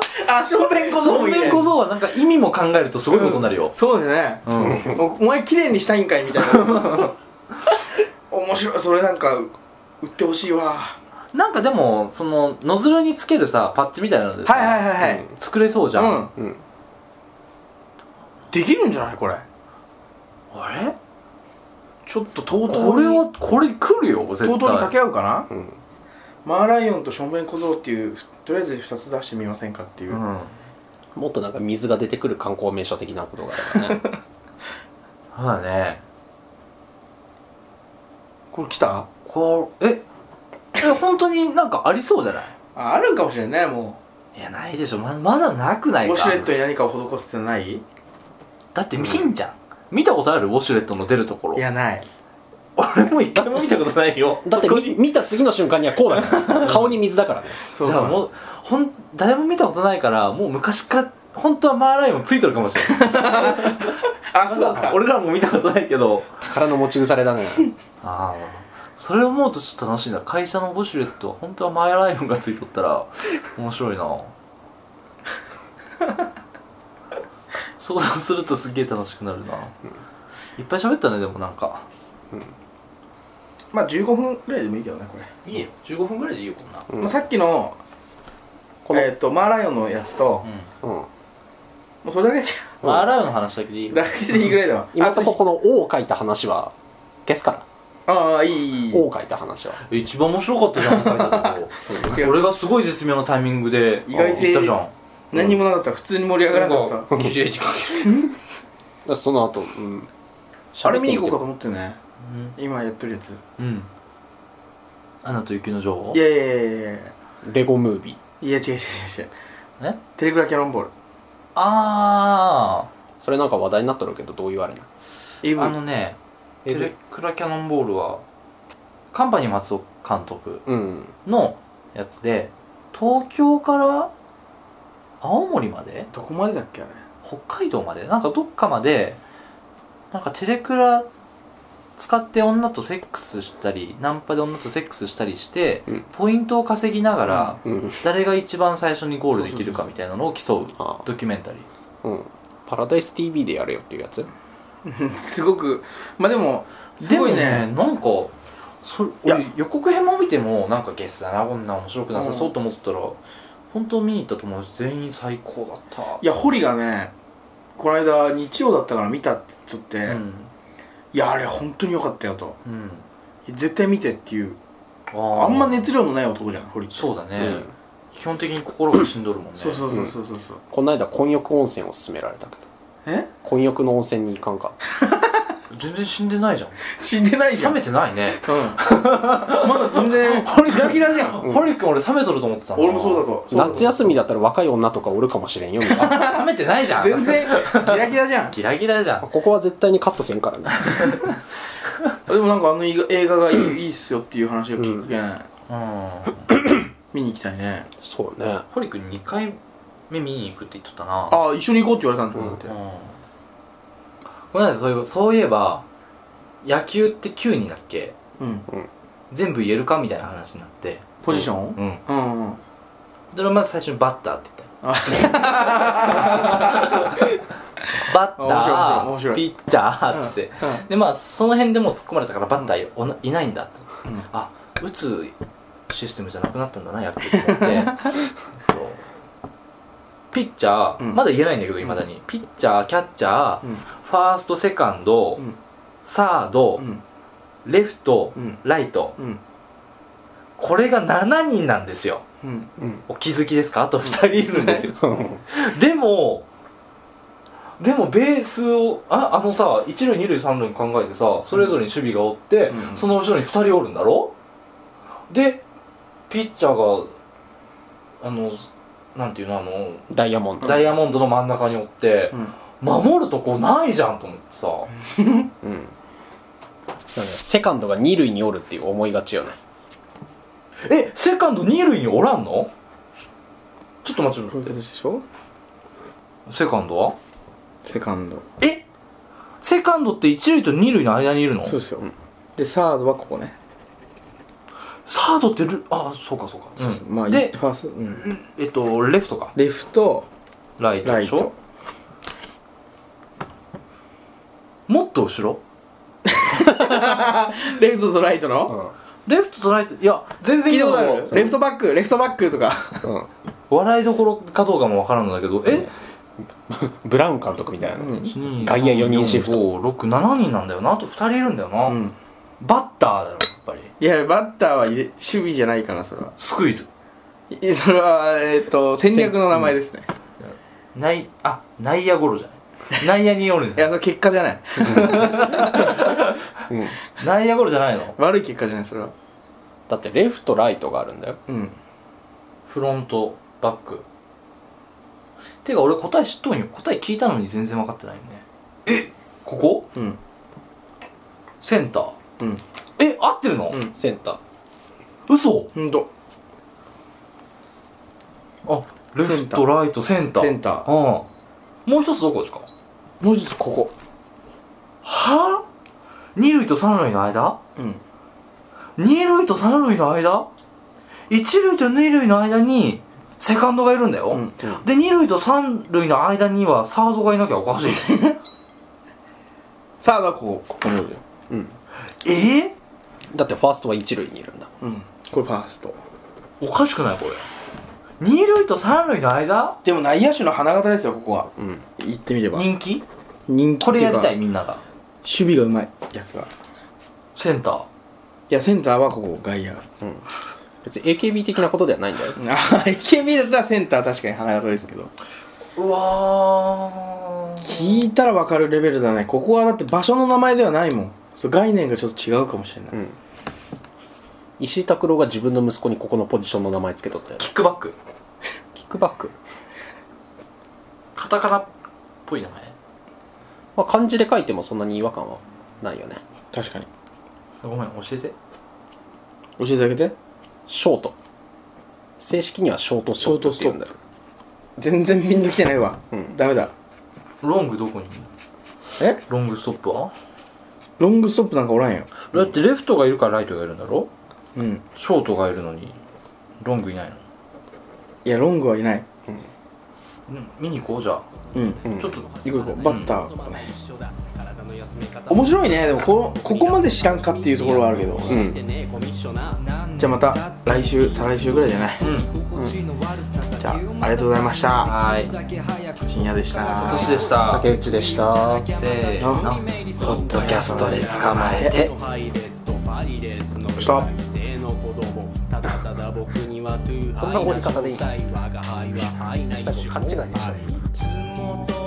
[SPEAKER 1] 正面小僧
[SPEAKER 3] 正
[SPEAKER 1] もいいね
[SPEAKER 3] 面小僧はなんか意味も考えるとすごいことになるよ
[SPEAKER 1] うん、そうだね
[SPEAKER 3] うん
[SPEAKER 1] おお前綺麗にしたいんかいみたいな 面白いそれなんか売ってほしいわ
[SPEAKER 3] なんかでもそのノズルにつけるさパッチみたいなのでさ
[SPEAKER 1] はいはいはいはい、
[SPEAKER 2] うん
[SPEAKER 3] 作れそうじゃん、
[SPEAKER 1] うん
[SPEAKER 2] うん
[SPEAKER 1] できるんじゃないこれ
[SPEAKER 3] あれ
[SPEAKER 1] ちょっととうとうに
[SPEAKER 3] これはこれ来るよ絶対
[SPEAKER 1] とうとうに掛け合うかな
[SPEAKER 2] うん
[SPEAKER 1] マーライオンと正面小僧っていうとりあえず2つ出してみませんかっていう、
[SPEAKER 3] うん
[SPEAKER 2] もっとなんか水が出てくる観光名所的なことがあればね
[SPEAKER 3] そうだね
[SPEAKER 1] これ来た
[SPEAKER 3] こ うええ本当になんかありそうじゃない
[SPEAKER 1] ああるんかもしれんねも
[SPEAKER 3] いやないでしょままだなくな
[SPEAKER 1] う
[SPEAKER 3] い
[SPEAKER 1] ウ
[SPEAKER 3] か
[SPEAKER 1] ォシュレットに何かを施すってのはないい
[SPEAKER 3] だって見んじゃん、見たことあるウォシュレットの出るところ
[SPEAKER 1] やない
[SPEAKER 3] 俺も一回も見たことないよ
[SPEAKER 2] だって
[SPEAKER 3] ここ
[SPEAKER 2] み
[SPEAKER 3] に
[SPEAKER 2] 見た次の瞬間にはこうだから顔に水だからね
[SPEAKER 1] そ
[SPEAKER 3] じゃあもうほん誰も見たことないからもう昔から本当はマーライオンついてるかもしれない
[SPEAKER 1] あそうか
[SPEAKER 3] 俺らも見たことないけど
[SPEAKER 2] 宝の持ち腐れだね
[SPEAKER 3] ああそれ思うとちょっと楽しいな会社のウォシュレットは本当はマイライオンがついとったら面白いな想像するとすっげえ楽しくなるな、いっぱい喋ったねでもなんか
[SPEAKER 1] まあ15分ぐらいでもいいけどねこれ、
[SPEAKER 3] いいよ15分ぐらいでいいよこんな
[SPEAKER 2] うん
[SPEAKER 1] まあ、さっきの
[SPEAKER 2] この
[SPEAKER 1] えっ、とマーライオンのやつと、
[SPEAKER 2] うん
[SPEAKER 1] もうそれだけじ
[SPEAKER 3] うんマイライオンの話だけでいい
[SPEAKER 1] ゃ
[SPEAKER 3] よ
[SPEAKER 1] だけでいいぐらいだわ
[SPEAKER 2] 今
[SPEAKER 1] あ
[SPEAKER 2] んとここの「王を書いた話は消すから
[SPEAKER 1] ああいいい
[SPEAKER 2] 「
[SPEAKER 1] い
[SPEAKER 2] 王を書いた話は
[SPEAKER 3] 一番面白かったじゃん今回だけど 俺がすごい絶妙なタイミングで
[SPEAKER 1] 意外性
[SPEAKER 3] あ言ったじゃん
[SPEAKER 1] 何にもなかった普通に盛り上がらなかっ
[SPEAKER 3] なんか綺麗に書ける
[SPEAKER 2] だから その後うん
[SPEAKER 1] たあれ見に行こうかと
[SPEAKER 2] う
[SPEAKER 1] 思ってね今やってるやつ
[SPEAKER 3] うんアナと雪の女王
[SPEAKER 1] いやいやいやいやいや
[SPEAKER 2] レゴムービー
[SPEAKER 1] いや違う違う違う違う
[SPEAKER 3] え
[SPEAKER 1] テレグラキャノンボール
[SPEAKER 3] あ
[SPEAKER 2] それなんか話題になっとるけどどう言われない
[SPEAKER 1] AV
[SPEAKER 3] ああのね「テレクラキャノンボール」はカンパニー松尾監督
[SPEAKER 2] うん
[SPEAKER 3] のやつで東京から青森まで
[SPEAKER 1] どこまでだっけあれ
[SPEAKER 3] 北海道までなんかどっかまでなんかテレクラ使って女とセックスしたりナンパで女とセックスしたりして、
[SPEAKER 2] うん
[SPEAKER 3] ポイントを稼ぎながら、
[SPEAKER 2] うん
[SPEAKER 3] 誰が一番最初にゴールできるかみたいなのを競う
[SPEAKER 2] あ
[SPEAKER 3] ドキュメンタリー
[SPEAKER 2] うんパラダイス TV でやれよっていうやつ
[SPEAKER 1] すごくまあでもすごい
[SPEAKER 3] で
[SPEAKER 1] ね
[SPEAKER 3] もなんかそれ
[SPEAKER 1] いや
[SPEAKER 3] 俺予告編も見てもなんかゲスだなこんな面白くなさそううと思ってたら、本当見に行った友達全員最高だった
[SPEAKER 1] いや堀がねこの間日曜だったから見たって言っとって、
[SPEAKER 3] うん
[SPEAKER 1] いやあれ本当に良かったよと
[SPEAKER 3] うん
[SPEAKER 1] 絶対見てっていう
[SPEAKER 3] あー
[SPEAKER 1] あんま熱量のない男じゃん堀って
[SPEAKER 3] そうだね、
[SPEAKER 2] うん
[SPEAKER 3] 基本的に心が死んどるもんね
[SPEAKER 1] そうそうそうそうそうそう
[SPEAKER 2] この間混浴温泉を勧められたけど
[SPEAKER 1] え
[SPEAKER 2] 混浴の温泉に行かんか
[SPEAKER 3] 全然死んでないじゃん
[SPEAKER 1] 死んでないじゃ
[SPEAKER 3] 冷
[SPEAKER 1] ん
[SPEAKER 3] めてないね
[SPEAKER 1] うんまだ全 然
[SPEAKER 3] ホリ
[SPEAKER 1] キラキラじゃん
[SPEAKER 3] ホリ君俺冷めとると思ってた
[SPEAKER 1] 俺もそうだ
[SPEAKER 3] ぞ
[SPEAKER 1] ぞそうだぞ
[SPEAKER 2] 夏休みだったら若い女とかおるかもしれんよみ たいな
[SPEAKER 3] 冷めてないじゃん
[SPEAKER 1] 全然キラキラじゃん
[SPEAKER 3] ギラギラじゃん
[SPEAKER 2] ここは絶対にカットせんからね
[SPEAKER 1] でもなんかあの映画映画がいいいいっすよっていう話を聞くけん、
[SPEAKER 3] うん
[SPEAKER 1] 見に行きたいね
[SPEAKER 2] そうね
[SPEAKER 3] ホリ君2回目見に行くって言っとったな
[SPEAKER 1] ああ一緒に行こうって言われたんだと思って、
[SPEAKER 3] うんごめんなさいそういえばそういえば野球って9人だっけ
[SPEAKER 1] うん、
[SPEAKER 3] 全部言えるかみたいな話になって
[SPEAKER 1] ポジション
[SPEAKER 3] うん
[SPEAKER 1] うん、うん、
[SPEAKER 3] で俺まず最初にバッターって言っ
[SPEAKER 1] あ
[SPEAKER 3] たよバッタ
[SPEAKER 1] 面白い面白
[SPEAKER 3] ー
[SPEAKER 1] い
[SPEAKER 3] ピッチャーっつって、でまあその辺でもう突っ込まれたからバッターおないないんだと
[SPEAKER 1] うん
[SPEAKER 3] あ打 つシステムじゃなくなったんだな野球と思ってそうピッチャー、
[SPEAKER 1] うん
[SPEAKER 3] まだ言えないんだけどいまだに、ピッチャーキャッチャー、
[SPEAKER 1] うん
[SPEAKER 3] ファーストセカンド、
[SPEAKER 1] うん
[SPEAKER 3] サード、
[SPEAKER 1] うん
[SPEAKER 3] レフト、
[SPEAKER 1] うん
[SPEAKER 3] ライト
[SPEAKER 1] うん
[SPEAKER 3] これが7人なんですよ
[SPEAKER 1] うん
[SPEAKER 2] うん
[SPEAKER 3] お気づきですかあと2人いるんですよ、
[SPEAKER 2] うん
[SPEAKER 3] でもでもベースをああのさ一塁二塁三塁に考えてさそれぞれに守備がおって、
[SPEAKER 1] うん
[SPEAKER 3] その後ろに2人おるんだろでピッチャーがあのなんていうのあの、
[SPEAKER 2] ダイヤモンド
[SPEAKER 3] ダイヤモンドの真ん中におって、
[SPEAKER 1] うん
[SPEAKER 3] 守るとこないじゃんと思ってさ、
[SPEAKER 2] うんなんかセカンドが二塁におるっていう思いがちよね
[SPEAKER 3] えセカンド二塁におらんのちょっと待って
[SPEAKER 1] こういう形でしょ
[SPEAKER 3] セカンドは
[SPEAKER 1] セカンド
[SPEAKER 3] えセカンドって一塁と二塁の間にいるの
[SPEAKER 1] そうですよ、
[SPEAKER 2] うん
[SPEAKER 1] でサードはここね、
[SPEAKER 3] サードってルあそうかそうか、うん
[SPEAKER 1] まあい
[SPEAKER 3] で
[SPEAKER 1] ファースト、うん、
[SPEAKER 3] えっとレフトか
[SPEAKER 1] レフト
[SPEAKER 3] ライト
[SPEAKER 1] ラ
[SPEAKER 3] で
[SPEAKER 1] イ
[SPEAKER 3] しょ
[SPEAKER 1] ト
[SPEAKER 3] もっと後ろ
[SPEAKER 1] レフトとライトの、
[SPEAKER 3] レフトとライトいや全然
[SPEAKER 1] 聞いたことある
[SPEAKER 3] こ
[SPEAKER 1] レフトバックレフトバックとか
[SPEAKER 3] 笑いどころかどうかもわからんのだけどえ
[SPEAKER 2] ブラウン監督みたいな、
[SPEAKER 1] うん
[SPEAKER 2] 外野四人シフト
[SPEAKER 3] 567人なんだよなあと2人いるんだよな、
[SPEAKER 1] うん
[SPEAKER 3] バッターだろやっぱり
[SPEAKER 1] いやバッターは入れ守備じゃないかなそれは
[SPEAKER 3] スクイズ
[SPEAKER 1] い それはえっ、と戦略の名前ですね
[SPEAKER 3] 内あ内野ゴロじゃない内野によるん
[SPEAKER 1] い
[SPEAKER 3] だよ
[SPEAKER 1] やそれ結果じゃない
[SPEAKER 2] うん
[SPEAKER 3] 内野ゴロじゃないの
[SPEAKER 1] 悪い結果じゃないそれは
[SPEAKER 2] だってレフトライトがあるんだよ
[SPEAKER 1] うん
[SPEAKER 3] フロントバックてか俺答え知っとんよ答え聞いたのに全然分かってないよねえここ
[SPEAKER 1] うん
[SPEAKER 3] センター
[SPEAKER 1] うん
[SPEAKER 3] え合ってるの、
[SPEAKER 1] うん
[SPEAKER 2] センター
[SPEAKER 3] 嘘
[SPEAKER 1] ほんと
[SPEAKER 3] あレ
[SPEAKER 1] セ
[SPEAKER 3] フ
[SPEAKER 1] ンタ
[SPEAKER 3] ト
[SPEAKER 1] ー
[SPEAKER 3] ライトセンター
[SPEAKER 1] センター
[SPEAKER 3] うんもう一つどこですか
[SPEAKER 1] もう一つここ
[SPEAKER 3] はぁ二塁と三塁の間
[SPEAKER 1] うん
[SPEAKER 3] 二塁と三塁の間一塁と二塁の間にセカンドがいるんだよ、
[SPEAKER 1] うん
[SPEAKER 3] で二塁と三塁の間にはサードがいなきゃおかしい
[SPEAKER 1] サードはここここにおるよ
[SPEAKER 2] うん
[SPEAKER 3] えー
[SPEAKER 2] だってファーストは一塁にいるんだ
[SPEAKER 1] うんこれファースト
[SPEAKER 3] おかしくないこれ二塁と三塁の間
[SPEAKER 1] でも内野手の花形ですよここは
[SPEAKER 2] うん
[SPEAKER 1] 言ってみれば
[SPEAKER 3] 人気
[SPEAKER 1] 人気
[SPEAKER 3] こ
[SPEAKER 1] ってい
[SPEAKER 3] れや
[SPEAKER 1] う
[SPEAKER 3] り
[SPEAKER 1] か
[SPEAKER 3] たい
[SPEAKER 1] 守
[SPEAKER 3] みんなが
[SPEAKER 1] 備がうまいやつが
[SPEAKER 3] センター
[SPEAKER 1] いやセンターはここ外 野
[SPEAKER 2] うん別に AKB 的なことではないんだよ
[SPEAKER 1] ああ AKB だったらセンター確かに花形ですけど
[SPEAKER 3] うわー
[SPEAKER 1] 聞いたら分かるレベルだねここはだって場所の名前ではないもんそう概念がちょっと違うかもしれない、
[SPEAKER 2] うん石井拓郎が自分の息子にここのポジションの名前つけとったよ
[SPEAKER 3] キックバック
[SPEAKER 2] キックバック、
[SPEAKER 3] カタカナっぽい名前
[SPEAKER 2] まあ、漢字で書いてもそんなに違和感はないよね
[SPEAKER 1] 確かに
[SPEAKER 3] ごめん教えて
[SPEAKER 1] 教えてあげて
[SPEAKER 2] ショート正式にはショートストップって言うんだよ
[SPEAKER 1] 全然ピンときてないわ、
[SPEAKER 2] うん
[SPEAKER 1] ダメだ
[SPEAKER 3] ロングどこにいるの
[SPEAKER 1] え
[SPEAKER 3] ロングストップは
[SPEAKER 1] ロングストップなんかおらんよ
[SPEAKER 3] だってレフトがいるからライトがいるんだろ
[SPEAKER 1] うん
[SPEAKER 3] ショートがいるのにロングいないの
[SPEAKER 1] いやロングはいない
[SPEAKER 3] うん見に行こうじゃあ
[SPEAKER 1] うん
[SPEAKER 2] うん
[SPEAKER 3] ちょっと
[SPEAKER 1] 行こう行こうバッター、ね面
[SPEAKER 4] 面白
[SPEAKER 1] 白いねでもこここまで知らんかっていうところはあるけど、
[SPEAKER 2] ん
[SPEAKER 4] い
[SPEAKER 1] じゃあまた来週再来週ぐらいじゃない
[SPEAKER 3] うん
[SPEAKER 1] じゃあありがとうございました
[SPEAKER 3] はい
[SPEAKER 1] 深夜でした
[SPEAKER 3] サトシでした
[SPEAKER 2] 竹内でした
[SPEAKER 3] せーの
[SPEAKER 1] の
[SPEAKER 3] ポッドキャストで捕まえて
[SPEAKER 4] えし
[SPEAKER 1] した
[SPEAKER 4] こ
[SPEAKER 2] んな終わり方でいい最後勘違いでしたね
[SPEAKER 4] いつもと